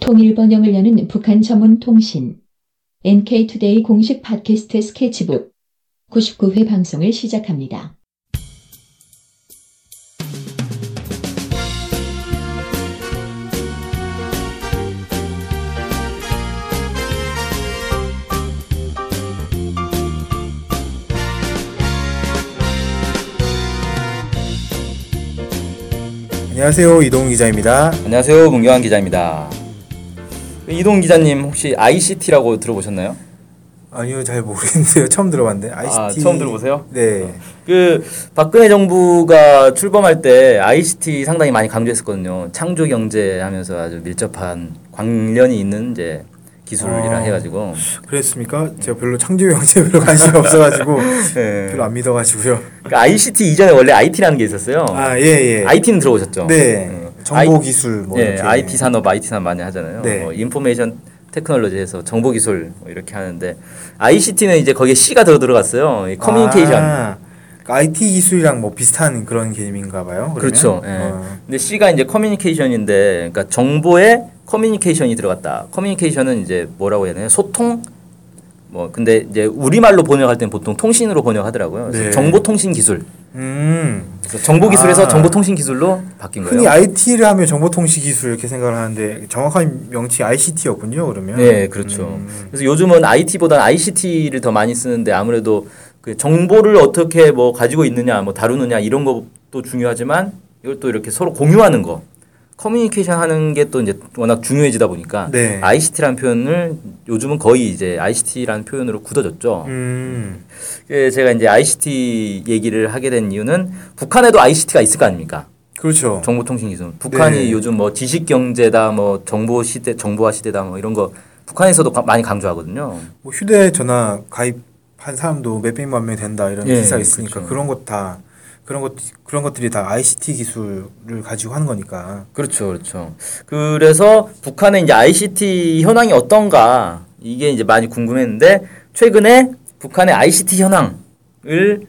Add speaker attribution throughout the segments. Speaker 1: 통일 번영을 여는 북한 전문 통신 NK투데이 공식 팟캐스트 스케치북 99회 방송을 시작합니다.
Speaker 2: 안녕하세요 이동훈 기자입니다.
Speaker 3: 안녕하세요. 문경환 기자입니다. 이동 기자님 혹시 ICT라고 들어보셨나요?
Speaker 2: 아니요 잘 모르겠는데요 처음 들어봤는데 ICT
Speaker 3: 아, 처음 들어보세요?
Speaker 2: 네
Speaker 3: 그 박근혜 정부가 출범할 때 ICT 상당히 많이 강조했었거든요. 창조 경제 하면서 아주 밀접한 관련이 있는 이제
Speaker 2: 아.
Speaker 3: 기술이라 해가지고
Speaker 2: 그랬습니까? 제가 별로 창조 경제 별로 관심이 없어가지고
Speaker 3: 네.
Speaker 2: 별로 안 믿어가지고요.
Speaker 3: 그러니까 ICT 이전에 원래 IT라는 게 있었어요.
Speaker 2: 아 예예.
Speaker 3: IT는 들어보셨죠? 음.
Speaker 2: 네 정보 기술 뭐
Speaker 3: 예,
Speaker 2: 이렇게
Speaker 3: IT 산업, IT 산업 많이 하잖아요.
Speaker 2: 네.
Speaker 3: 뭐 인포메이션 테크놀로지에서 정보 기술 뭐 이렇게 하는데 ICT는 이제 거기에 C가 더 들어갔어요. 이 커뮤니케이션.
Speaker 2: 아, 그러니까 IT 기술이랑 뭐 비슷한 그런 개념인가봐요. 어.
Speaker 3: 그렇죠. 예. 근데 C가 이제 커뮤니케이션인데, 그러니까 정보에 커뮤니케이션이 들어갔다. 커뮤니케이션은 이제 뭐라고 해야 되나요? 소통. 뭐 근데 이제 우리말로 번역할 때는 보통 통신으로 번역하더라고요. 그래서
Speaker 2: 네.
Speaker 3: 정보통신 기술.
Speaker 2: 음
Speaker 3: 그래서 정보 기술에서
Speaker 2: 아.
Speaker 3: 정보통신 기술로 바뀐 거예요.
Speaker 2: 흔히 IT를 하면 정보통신 기술 이렇게 생각을 하는데 정확한 명칭 ICT였군요 그러면.
Speaker 3: 네, 그렇죠.
Speaker 2: 음.
Speaker 3: 그래서 요즘은 IT보다는 ICT를 더 많이 쓰는데 아무래도 그 정보를 어떻게 뭐 가지고 있느냐, 뭐 다루느냐 이런 것도 중요하지만 이걸 또 이렇게 서로 공유하는 거, 커뮤니케이션 하는 게 또 이제 워낙 중요해지다 보니까
Speaker 2: 네.
Speaker 3: ICT라는 표현을 요즘은 거의 이제 ICT라는 표현으로 굳어졌죠.
Speaker 2: 음
Speaker 3: 예, 제가 이제 ICT 얘기를 하게 된 이유는 북한에도 ICT가 있을 거 아닙니까?
Speaker 2: 그렇죠.
Speaker 3: 정보통신 기술. 북한이
Speaker 2: 네.
Speaker 3: 요즘 뭐 지식 경제다, 뭐 정보 시대, 정보화 시대다, 뭐 이런 거 북한에서도 가- 많이 강조하거든요.
Speaker 2: 뭐 휴대전화 가입한 사람도 몇백만 명 된다 이런
Speaker 3: 예,
Speaker 2: 기사 가 있으니까
Speaker 3: 그렇죠.
Speaker 2: 그런 것 다 그런 것 그런 것들이 다 ICT 기술을 가지고 하는 거니까
Speaker 3: 그렇죠, 그렇죠. 그래서 북한의 이제 ICT 현황이 어떤가 이게 이제 많이 궁금했는데 최근에 북한의 ICT 현황을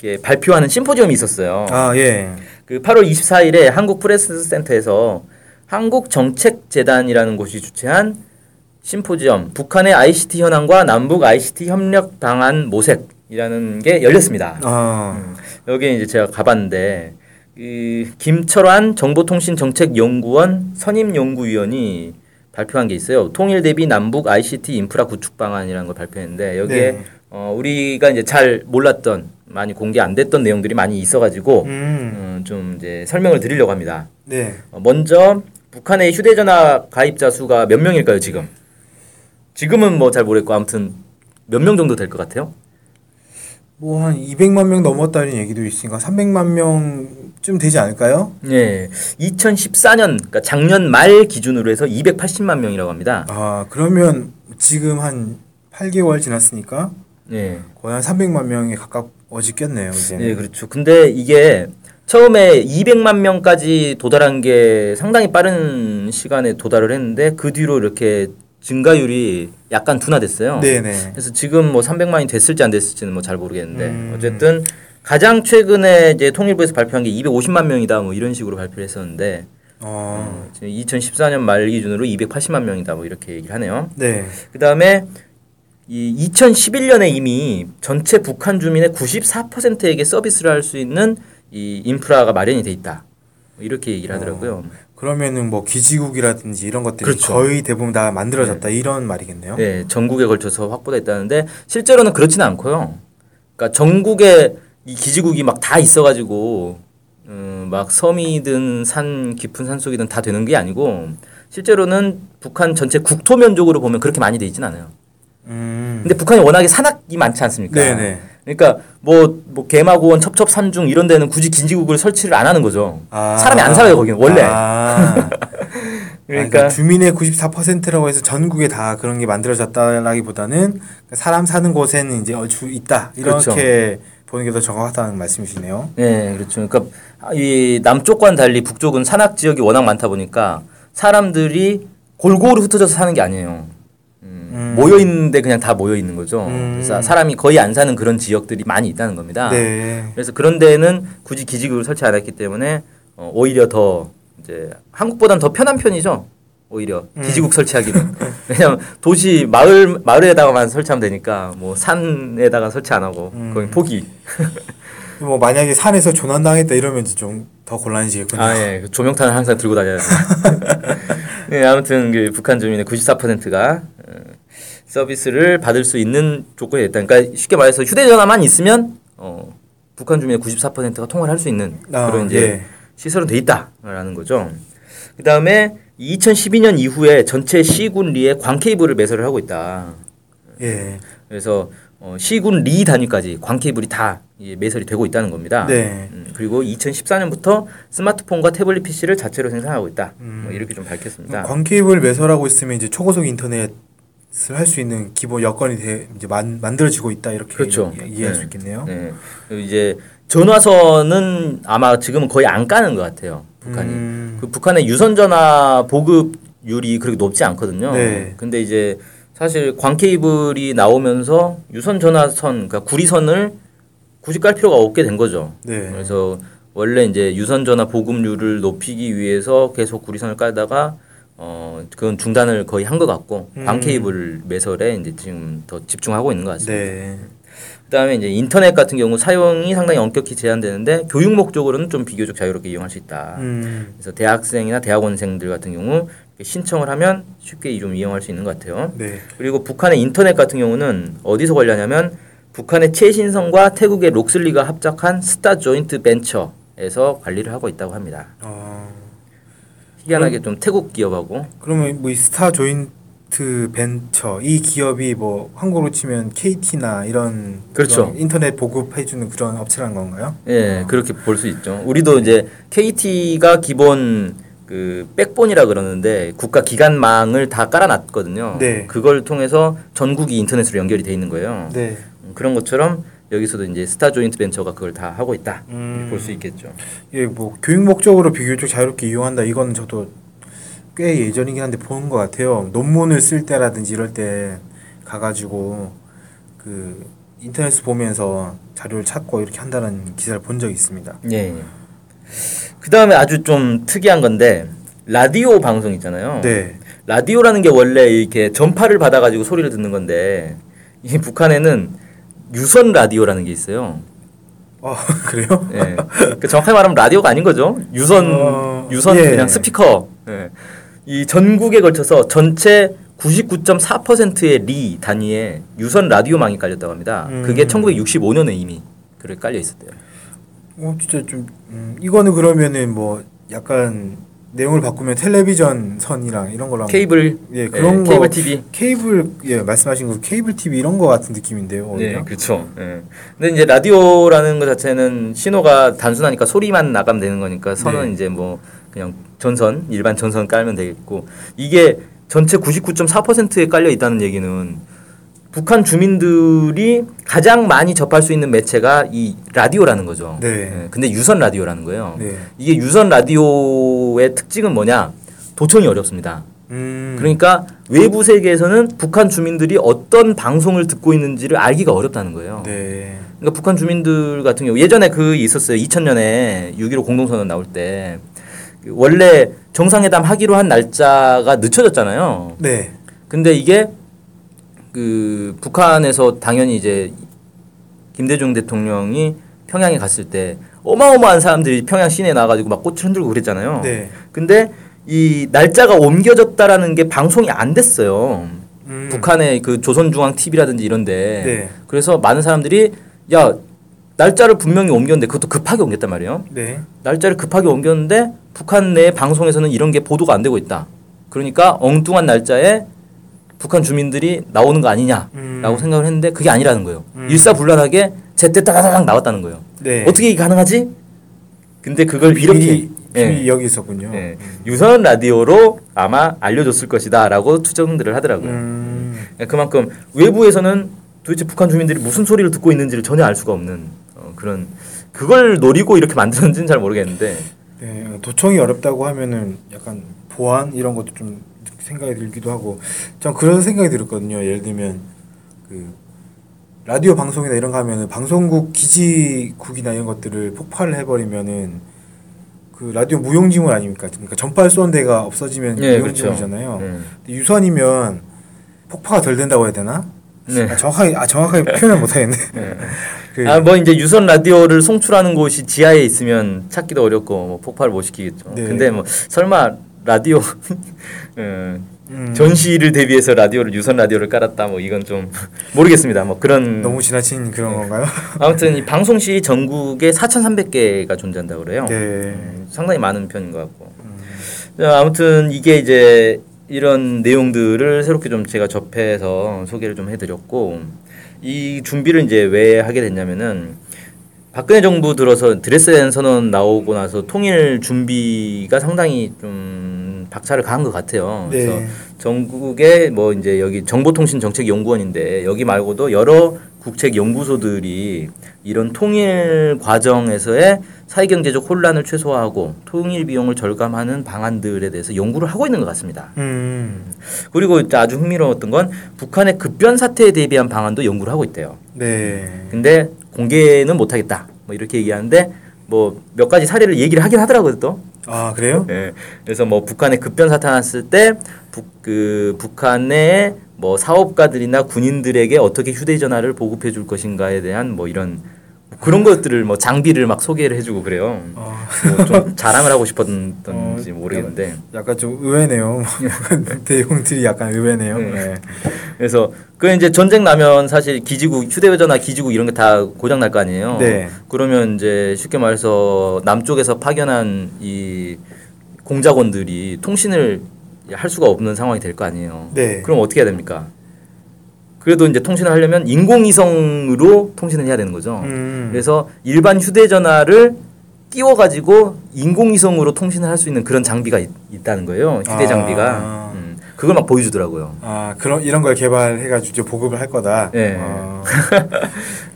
Speaker 3: 이렇게 발표하는 심포지엄이 있었어요.
Speaker 2: 아 예.
Speaker 3: 그 8월 24일에 한국 프레스 센터에서 한국 정책 재단이라는 곳이 주최한 심포지엄 북한의 ICT 현황과 남북 ICT 협력 방안 모색이라는 게 열렸습니다. 음,
Speaker 2: 아
Speaker 3: 여기 이제 제가 가봤는데 이 김철환 정보통신정책연구원 선임연구위원이 발표한 게 있어요. 통일 대비 남북 ICT 인프라 구축 방안이라는 걸 발표했는데 여기에
Speaker 2: 네.
Speaker 3: 어, 우리가 이제 잘 몰랐던 많이 공개 안 됐던 내용들이 많이 있어가지고
Speaker 2: 음.
Speaker 3: 어, 좀 이제 설명을 드리려고 합니다.
Speaker 2: 네.
Speaker 3: 어, 먼저 북한의 휴대전화 가입자 수가 몇 명일까요 지금? 지금은 뭐 잘 모르겠고 아무튼 몇 명 정도 될 것 같아요?
Speaker 2: 뭐 한 200만 명 넘었다는 얘기도 있으니까 300만 명쯤 되지 않을까요?
Speaker 3: 예, 2014년 그러니까 작년 말 기준으로 해서 280만 명이라고 합니다.
Speaker 2: 아 그러면 지금 한 8개월 지났으니까
Speaker 3: 예,
Speaker 2: 거의 한 300만 명에 가까워지겠네요 이제.
Speaker 3: 예, 그렇죠. 근데 이게 처음에 200만 명까지 도달한 게 상당히 빠른 시간에 도달을 했는데 그 뒤로 이렇게 증가율이 약간 둔화됐어요.
Speaker 2: 네네.
Speaker 3: 그래서 지금 뭐 300만이 됐을지 안 됐을지는 뭐 잘 모르겠는데
Speaker 2: 음.
Speaker 3: 어쨌든 가장 최근에 이제 통일부에서 발표한 게 250만 명이다 뭐 이런 식으로 발표를 했었는데
Speaker 2: 어.
Speaker 3: 지금 2014년 말 기준으로 280만 명이다 뭐 이렇게 얘기를 하네요.
Speaker 2: 네.
Speaker 3: 그 다음에 이 2011년에 이미 전체 북한 주민의 94%에게 서비스를 할 수 있는 이 인프라가 마련이 돼 있다. 뭐 이렇게 얘기를 하더라고요.
Speaker 2: 그러면은 뭐 기지국이라든지 이런 것들이
Speaker 3: 그렇죠.
Speaker 2: 거의 대부분 다 만들어졌다 이런 말이겠네요.
Speaker 3: 네, 전국에 걸쳐서 확보돼 있다는데 실제로는 그렇지는 않고요. 그러니까 전국에 이 기지국이 막 다 있어가지고 음, 막 섬이든 산 깊은 산 속이든 다 되는 게 아니고 실제로는 북한 전체 국토 면적으로 보면 그렇게 많이 돼 있진 않아요.
Speaker 2: 음.
Speaker 3: 근데 북한이 워낙에 산악이 많지 않습니까?
Speaker 2: 네네.
Speaker 3: 그러니까 뭐, 뭐 개마고원, 첩첩산중 이런 데는 굳이 기지국을 설치를 안 하는 거죠.
Speaker 2: 아.
Speaker 3: 사람이 안 살아요 거기는 원래.
Speaker 2: 아.
Speaker 3: 그러니까
Speaker 2: 그러니까 주민의 94%라고 해서 전국에 다 그런 게 만들어졌다라기보다는 사람 사는 곳에는 이제 얼추 있다 이렇게
Speaker 3: 그렇죠.
Speaker 2: 보는 게 더 정확하다는 말씀이시네요.
Speaker 3: 네, 그렇죠. 그러니까 이 남쪽과는 달리 북쪽은 산악 지역이 워낙 많다 보니까 사람들이 골고루 흩어져서 사는 게 아니에요.
Speaker 2: 음.
Speaker 3: 모여 있는데 그냥 다 모여 있는 거죠.
Speaker 2: 음.
Speaker 3: 그래서 사람이 거의 안 사는 그런 지역들이 많이 있다는 겁니다.
Speaker 2: 네.
Speaker 3: 그래서 그런 데에는 굳이 기지국을 설치 안 했기 때문에 어, 오히려 더 이제 한국보다는 더 편한 편이죠. 오히려
Speaker 2: 음.
Speaker 3: 기지국 설치하기는
Speaker 2: 네.
Speaker 3: 왜냐면 도시 마을 마을에다가만 설치하면 되니까 뭐 산에다가 설치 안 하고
Speaker 2: 음.
Speaker 3: 거의 포기.
Speaker 2: 뭐 만약에 산에서 조난당했다 이러면 좀 더 곤란해지겠군요.
Speaker 3: 아, 예. 그 조명탄을 항상 들고 다녀야 돼. 예, 아무튼 그 북한 주민의 94%가 어, 서비스를 받을 수 있는 조건이 있다. 그러니까 쉽게 말해서 휴대전화만 있으면 어, 북한 주민의 94%가 통화를 할 수 있는
Speaker 2: 아,
Speaker 3: 그런 이제
Speaker 2: 예.
Speaker 3: 시설은 돼 있다라는 거죠. 그 다음에 2012년 이후에 전체 시군리에 광케이블을 매설을 하고 있다.
Speaker 2: 예.
Speaker 3: 그래서 어, 시군리 단위까지 광케이블이 다 이제 매설이 되고 있다는 겁니다.
Speaker 2: 네.
Speaker 3: 음, 그리고 2014년부터 스마트폰과 태블릿 PC를 자체로 생산하고 있다.
Speaker 2: 음.
Speaker 3: 뭐 이렇게 좀 밝혔습니다.
Speaker 2: 광케이블 매설하고 있으면 이제 초고속 인터넷을 할 수 있는 기본 여건이 돼 이제 만, 만들어지고 있다 이렇게
Speaker 3: 그렇죠.
Speaker 2: 이- 이해할
Speaker 3: 네.
Speaker 2: 수 있겠네요.
Speaker 3: 네. 그리고 이제 전화선은 아마 지금은 거의 안 까는 것 같아요. 북한이.
Speaker 2: 음.
Speaker 3: 그 북한의 유선 전화 보급률이 그렇게 높지 않거든요.
Speaker 2: 네.
Speaker 3: 근데 이제 사실 광케이블이 나오면서 유선 전화선, 그러니까 구리선을 굳이 깔 필요가 없게 된 거죠.
Speaker 2: 네.
Speaker 3: 그래서 원래 이제 유선 전화 보급률을 높이기 위해서 계속 구리선을 깔다가 어 그건 중단을 거의 한 것 같고
Speaker 2: 음.
Speaker 3: 광케이블 매설에 이제 지금 더 집중하고 있는 것 같습니다.
Speaker 2: 네.
Speaker 3: 그다음에 이제 인터넷 같은 경우 사용이 상당히 엄격히 제한되는데 교육 목적으로는 좀 비교적 자유롭게 이용할 수 있다.
Speaker 2: 음.
Speaker 3: 그래서 대학생이나 대학원생들 같은 경우 이렇게 신청을 하면 쉽게 좀 이용할 수 있는 것 같아요.
Speaker 2: 네.
Speaker 3: 그리고 북한의 인터넷 같은 경우는 어디서 관리하냐면 북한의 최신성과 태국의 록슬리가 합작한 스타 조인트 벤처에서 관리를 하고 있다고 합니다.
Speaker 2: 어.
Speaker 3: 희한하게
Speaker 2: 음.
Speaker 3: 좀 태국 기업하고
Speaker 2: 그러면 뭐 이 스타 조인트 벤처 이 기업이 뭐 한국으로 치면 KT나 이런
Speaker 3: 그렇죠.
Speaker 2: 그런 인터넷 보급해 주는 그런 업체라는 건가요?
Speaker 3: 예 그렇게 볼 수 있죠. 우리도 이제 KT가 기본 그 백본이라 그러는데 국가 기관망을 다 깔아놨거든요.
Speaker 2: 네.
Speaker 3: 그걸 통해서 전국이 인터넷으로 연결이 돼 있는 거예요.
Speaker 2: 네.
Speaker 3: 음, 그런 것처럼 여기서도 이제 스타 조인트 벤처가 그걸 다 하고 있다
Speaker 2: 음.
Speaker 3: 볼 수 있겠죠.
Speaker 2: 예, 뭐 교육 목적으로 비교적 자유롭게 이용한다. 이거는 저도 꽤 예전이긴 한데 본 것 같아요. 논문을 쓸 때라든지 이럴 때 가가지고 그 인터넷 보면서 자료를 찾고 이렇게 한다는 기사를 본 적이 있습니다.
Speaker 3: 예. 그 다음에 아주 좀 특이한 건데 라디오 방송 있잖아요.
Speaker 2: 네,
Speaker 3: 라디오라는 게 원래 이렇게 전파를 받아가지고 소리를 듣는 건데 이 북한에는 유선 라디오라는 게 있어요.
Speaker 2: 어 그래요?
Speaker 3: 예. 그 정확하게 말하면 라디오가 아닌 거죠. 유선
Speaker 2: 어,
Speaker 3: 유선
Speaker 2: 예.
Speaker 3: 그냥 스피커. 예. 이 전국에 걸쳐서 전체 99.4%의 리 단위에 유선 라디오망이 깔렸다고 합니다.
Speaker 2: 음.
Speaker 3: 그게 1965년에 이미 그래 깔려 있었대요.
Speaker 2: 어 진짜 좀 음, 이거는 그러면은 뭐 약간 내용을 바꾸면 텔레비전 선이랑 이런 거랑
Speaker 3: 케이블
Speaker 2: 예 그런
Speaker 3: 예,
Speaker 2: 거
Speaker 3: 케이블 TV.
Speaker 2: 케이블 예 말씀하신 거 케이블 TV 이런 거 같은 느낌인데요. 오히려.
Speaker 3: 네, 그렇죠.
Speaker 2: 음.
Speaker 3: 예. 근데 이제 라디오라는 것 자체는 신호가 단순하니까 소리만 나가면 되는 거니까 선은
Speaker 2: 네.
Speaker 3: 이제 뭐 그냥 전선 일반 전선 깔면 되겠고 이게 전체 99.4%에 깔려 있다는 얘기는 북한 주민들이 가장 많이 접할 수 있는 매체가 이 라디오라는 거죠.
Speaker 2: 네.
Speaker 3: 예, 근데 유선 라디오라는 거예요.
Speaker 2: 네.
Speaker 3: 이게 유선 라디오의 특징은 뭐냐? 도청이 어렵습니다.
Speaker 2: 음.
Speaker 3: 그러니까 외부 세계에서는 북한 주민들이 어떤 방송을 듣고 있는지를 알기가 어렵다는 거예요.
Speaker 2: 네.
Speaker 3: 그러니까 북한 주민들 같은 경우 예전에 그 있었어요. 2000년에 6.15 공동선언 나올 때그 원래 정상회담 하기로 한 날짜가 늦춰졌잖아요.
Speaker 2: 네.
Speaker 3: 근데 이게 그 북한에서 당연히 이제 김대중 대통령이 평양에 갔을 때 어마어마한 사람들이 평양 시내에 나가지고 막 꽃을 흔들고 그랬잖아요.
Speaker 2: 네.
Speaker 3: 근데 이 날짜가 옮겨졌다라는 게 방송이 안 됐어요.
Speaker 2: 음.
Speaker 3: 북한의 그 조선중앙 TV라든지 이런데
Speaker 2: 네.
Speaker 3: 그래서 많은 사람들이 야 날짜를 분명히 옮겼는데 그것도 급하게 옮겼단 말이에요.
Speaker 2: 네.
Speaker 3: 날짜를 급하게 옮겼는데 북한 내 방송에서는 이런 게 보도가 안 되고 있다. 그러니까 엉뚱한 날짜에 북한 주민들이 나오는 거 아니냐라고
Speaker 2: 음.
Speaker 3: 생각을 했는데 그게 아니라는 거예요. 일사불란하게 제때 따다닥 나왔다는 거예요.
Speaker 2: 네.
Speaker 3: 어떻게 이게 가능하지? 근데 그걸 이렇게
Speaker 2: 비밀이,
Speaker 3: 예.
Speaker 2: 비밀이 여기 있었군요.
Speaker 3: 예,
Speaker 2: 음.
Speaker 3: 유선 라디오로 아마 알려줬을 것이다라고 추정들을 하더라고요.
Speaker 2: 음.
Speaker 3: 그러니까 그만큼 외부에서는 도대체 북한 주민들이 무슨 소리를 듣고 있는지를 전혀 알 수가 없는 어, 그런 그걸 노리고 이렇게 만들었는지는 잘 모르겠는데
Speaker 2: 네. 도청이 어렵다고 하면은 약간 보안 이런 것도 좀 생각이 들기도 하고 전 그런 생각이 들었거든요. 예를 들면 그 라디오 방송이나 이런 거 하면은 방송국 기지국이나 이런 것들을 폭발을 해버리면은 그 그 라디오 무용지물 아닙니까? 그러니까 전파를 쏘는 데가 없어지면
Speaker 3: 예, 그렇죠.
Speaker 2: 음, 무용지물이잖아요.
Speaker 3: 네.
Speaker 2: 근데 유선이면 폭파가 덜 된다고 해야 되나?
Speaker 3: 네.
Speaker 2: 아, 정확하게 아, 정확하게 표현을 못하겠네. 그,
Speaker 3: 아, 뭐 이제 유선 라디오를 송출하는 곳이 지하에 있으면 찾기도 어렵고 뭐 폭발 못 시키겠죠.
Speaker 2: 네.
Speaker 3: 근데 뭐 설마 라디오 음,
Speaker 2: 음,
Speaker 3: 전시를 대비해서 라디오를 유선 라디오를 깔았다 뭐 이건 좀 모르겠습니다. 뭐 그런
Speaker 2: 너무 지나친
Speaker 3: 네.
Speaker 2: 그런 건가요?
Speaker 3: 아무튼 이 방송 시 전국에 4,300개가 존재한다 고 그래요.
Speaker 2: 네. 음.
Speaker 3: 상당히 많은 편인 것 같고. 자, 아무튼 이게 이제 이런 내용들을 새롭게 좀 제가 접해서 소개를 좀 해드렸고 이 준비를 이제 왜 하게 됐냐면은 박근혜 정부 들어서 드레스덴 선언 나오고 나서 통일 준비가 상당히 좀 박차를 가한 것 같아요. 그래서
Speaker 2: 네.
Speaker 3: 전국에 뭐 이제 여기 정보통신정책연구원인데 여기 말고도 여러 국책연구소들이 이런 통일 과정에서의 사회경제적 혼란을 최소화하고 통일 비용을 절감하는 방안들에 대해서 연구를 하고 있는 것 같습니다.
Speaker 2: 음.
Speaker 3: 그리고 이제 아주 흥미로웠던 건 북한의 급변 사태에 대비한 방안도 연구를 하고 있대요.
Speaker 2: 네.
Speaker 3: 근데 공개는 못하겠다. 뭐 이렇게 얘기하는데 뭐 몇 가지 사례를 얘기를 하긴 하더라고요 또.
Speaker 2: 아, 그래요?
Speaker 3: 예. 그래서 뭐 북한에 급변 사태 났을 때 북 그 북한의 뭐 사업가들이나 군인들에게 어떻게 휴대전화를 보급해 줄 것인가에 대한 뭐 이런 그런 것들을 뭐 장비를 막 소개를 해주고 그래요.
Speaker 2: 어,
Speaker 3: 뭐 좀 자랑을 하고 싶었던지 모르겠는데
Speaker 2: 약간 좀 의외네요. 내용들이 약간 의외네요.
Speaker 3: 네.
Speaker 2: 네.
Speaker 3: 그래서 그 이제 전쟁 나면 사실 기지국 휴대전화 기지국 이런 게 다 고장 날 거 아니에요.
Speaker 2: 네.
Speaker 3: 그러면 이제 쉽게 말해서 남쪽에서 파견한 이 공작원들이 통신을 할 수가 없는 상황이 될 거 아니에요.
Speaker 2: 네.
Speaker 3: 그럼 어떻게 해야 됩니까? 그래도 이제 통신을 하려면 인공위성으로 통신을 해야 되는 거죠.
Speaker 2: 음.
Speaker 3: 그래서 일반 휴대전화를 끼워가지고 인공위성으로 통신을 할 수 있는 그런 장비가 있, 다는 거예요. 휴대
Speaker 2: 아.
Speaker 3: 장비가 음, 그걸 막 보여주더라고요.
Speaker 2: 아, 그런 이런 걸 개발해 가지고 이제 보급을 할 거다.
Speaker 3: 네.
Speaker 2: 어,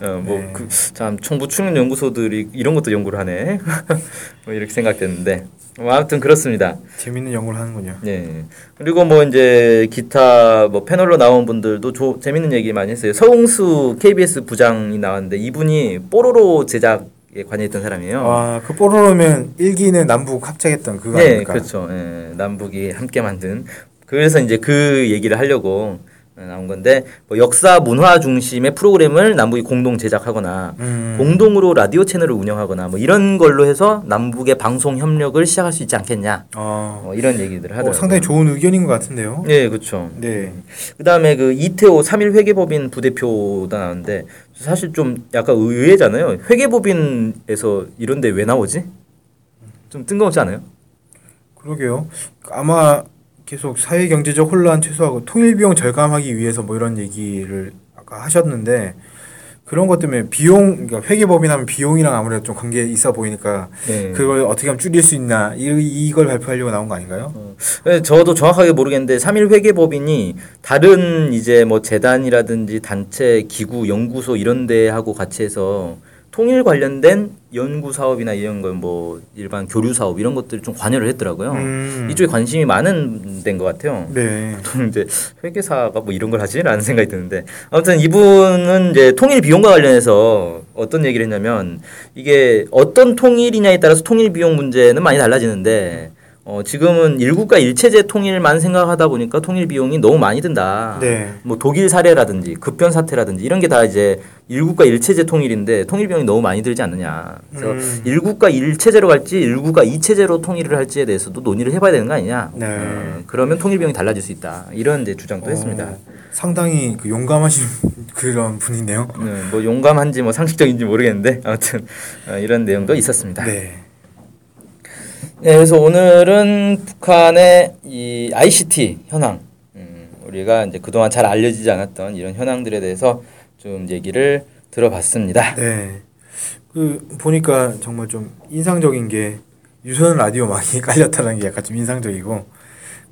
Speaker 3: 어,
Speaker 2: 네.
Speaker 3: 뭐참 정부 출연 연구소들이 이런 것도 연구를 하네. 뭐 이렇게 생각됐는데 뭐 아무튼 그렇습니다.
Speaker 2: 재밌는 연구를 하는군요.
Speaker 3: 예. 그리고 뭐 이제 기타 뭐 패널로 나온 분들도 조, 재밌는 얘기 많이 했어요. 서홍수 KBS 부장이 나왔는데 이분이 뽀로로 제작에 관여했던 사람이에요.
Speaker 2: 아, 그 뽀로로면 일기는 남북 합작했던 그거
Speaker 3: 어. 네,
Speaker 2: 아닙니까?
Speaker 3: 그렇죠. 예, 남북이 함께 만든 그래서 이제 그 얘기를 하려고 예, 나온 건데 뭐 역사 문화 중심의 프로그램을 남북이 공동 제작하거나
Speaker 2: 음.
Speaker 3: 공동으로 라디오 채널을 운영하거나 뭐 이런 걸로 해서 남북의 방송 협력을 시작할 수 있지 않겠냐
Speaker 2: 어,
Speaker 3: 뭐 이런 얘기들을 하더라고요.
Speaker 2: 어, 상당히 좋은 의견인 것 같은데요.
Speaker 3: 네, 그렇죠.
Speaker 2: 네.
Speaker 3: 그다음에 그 이태호 3일 회계법인 부대표도 나왔는데 사실 좀 약간 의외잖아요. 회계법인에서 이런 데 왜 나오지? 좀 뜬금없지 않아요?
Speaker 2: 그러게요. 아마 계속 사회 경제적 혼란 최소화하고 통일 비용 절감하기 위해서 뭐 이런 얘기를 아까 하셨는데 그런 것 때문에 비용 그러니까 회계법인 하면 비용이랑 아무래도 좀 관계 있어 보이니까
Speaker 3: 네.
Speaker 2: 그걸 어떻게 하면 줄일 수 있나 이, 이걸 발표하려고 나온 거 아닌가요?
Speaker 3: 네, 저도 정확하게 모르겠는데 3일 회계법인이 다른 이제 뭐 재단이라든지 단체 기구 연구소 이런 데하고 같이 해서 통일 관련된 연구 사업이나 이런 걸 뭐 일반 교류 사업 이런 것들 좀 관여를 했더라고요.
Speaker 2: 음.
Speaker 3: 어. 이쪽에 관심이 많은 데인 것 같아요.
Speaker 2: 네.
Speaker 3: 보통 이제 회계사가 뭐 이런 걸 하지라는 생각이 드는데 아무튼 이분은 이제 통일 비용과 관련해서 어떤 얘기를 했냐면 이게 어떤 통일이냐에 따라서 통일 비용 문제는 많이 달라지는데 어 지금은 일국가 일체제 통일만 생각하다 보니까 통일 비용이 너무 많이 든다.
Speaker 2: 네.
Speaker 3: 뭐 독일 사례라든지 급변 사태라든지 이런 게 다 이제 일국가 일체제 통일인데 통일 비용이 너무 많이 들지 않느냐. 그래서
Speaker 2: 음.
Speaker 3: 일국가 일체제로 갈지 일국가 이체제로 통일을 할지에 대해서도 논의를 해봐야 되는 거 아니냐.
Speaker 2: 네.
Speaker 3: 음, 그러면 통일 비용이 달라질 수 있다. 이런 이제 주장도
Speaker 2: 어,
Speaker 3: 했습니다.
Speaker 2: 상당히 그 용감하신 그런 분이네요.
Speaker 3: 네, 뭐 용감한지 뭐 상식적인지 모르겠는데 아무튼 어, 이런 내용도 있었습니다.
Speaker 2: 네.
Speaker 3: 네, 그래서 오늘은 북한의 이 ICT 현황, 음, 우리가 이제 그동안 잘 알려지지 않았던 이런 현황들에 대해서 좀 얘기를 들어봤습니다.
Speaker 2: 네. 그 보니까 정말 좀 인상적인 게 유선 라디오 막이 깔렸다는 게 약간 좀 인상적이고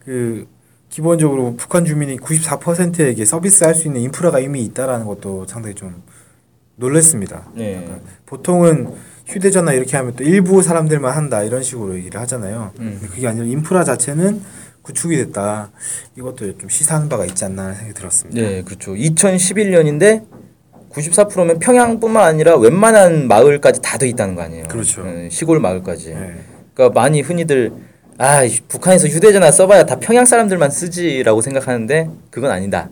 Speaker 2: 그 기본적으로 북한 주민이 94%에게 서비스할 수 있는 인프라가 이미 있다라는 것도 상당히 좀 놀랬습니다.
Speaker 3: 네.
Speaker 2: 보통은 휴대전화 이렇게 하면 또 일부 사람들만 한다 이런 식으로 얘기를 하잖아요. 근데 그게 아니라 인프라 자체는 구축이 됐다. 이것도 좀 시사하는 바가 있지 않나 하는 생각이 들었습니다.
Speaker 3: 네, 그렇죠. 2011년인데 94%면 평양뿐만 아니라 웬만한 마을까지 다 돼 있다는 거 아니에요.
Speaker 2: 그렇죠.
Speaker 3: 네, 시골 마을까지.
Speaker 2: 네.
Speaker 3: 그러니까 많이 흔히들 아 북한에서 휴대전화 써봐야 다 평양 사람들만 쓰지라고 생각하는데 그건 아니다.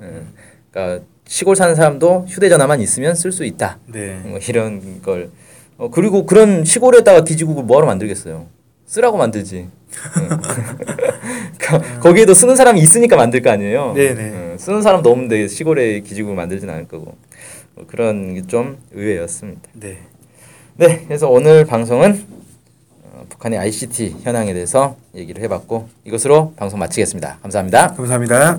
Speaker 3: 음, 그러니까 시골 사는 사람도 휴대전화만 있으면 쓸 수 있다.
Speaker 2: 네.
Speaker 3: 뭐 이런 걸 어, 그리고 그런 시골에다가 기지국을 뭐하러 만들겠어요? 쓰라고 만들지. 응. 그러니까 거기에도 쓰는 사람이 있으니까 만들 거 아니에요.
Speaker 2: 네네.
Speaker 3: 응, 쓰는 사람도 없는데 시골에 기지국을 만들진 않을 거고 어, 그런 게 좀 의외였습니다.
Speaker 2: 네.
Speaker 3: 네, 그래서 오늘 방송은 어, 북한의 ICT 현황에 대해서 얘기를 해봤고 이것으로 방송 마치겠습니다. 감사합니다.
Speaker 2: 감사합니다.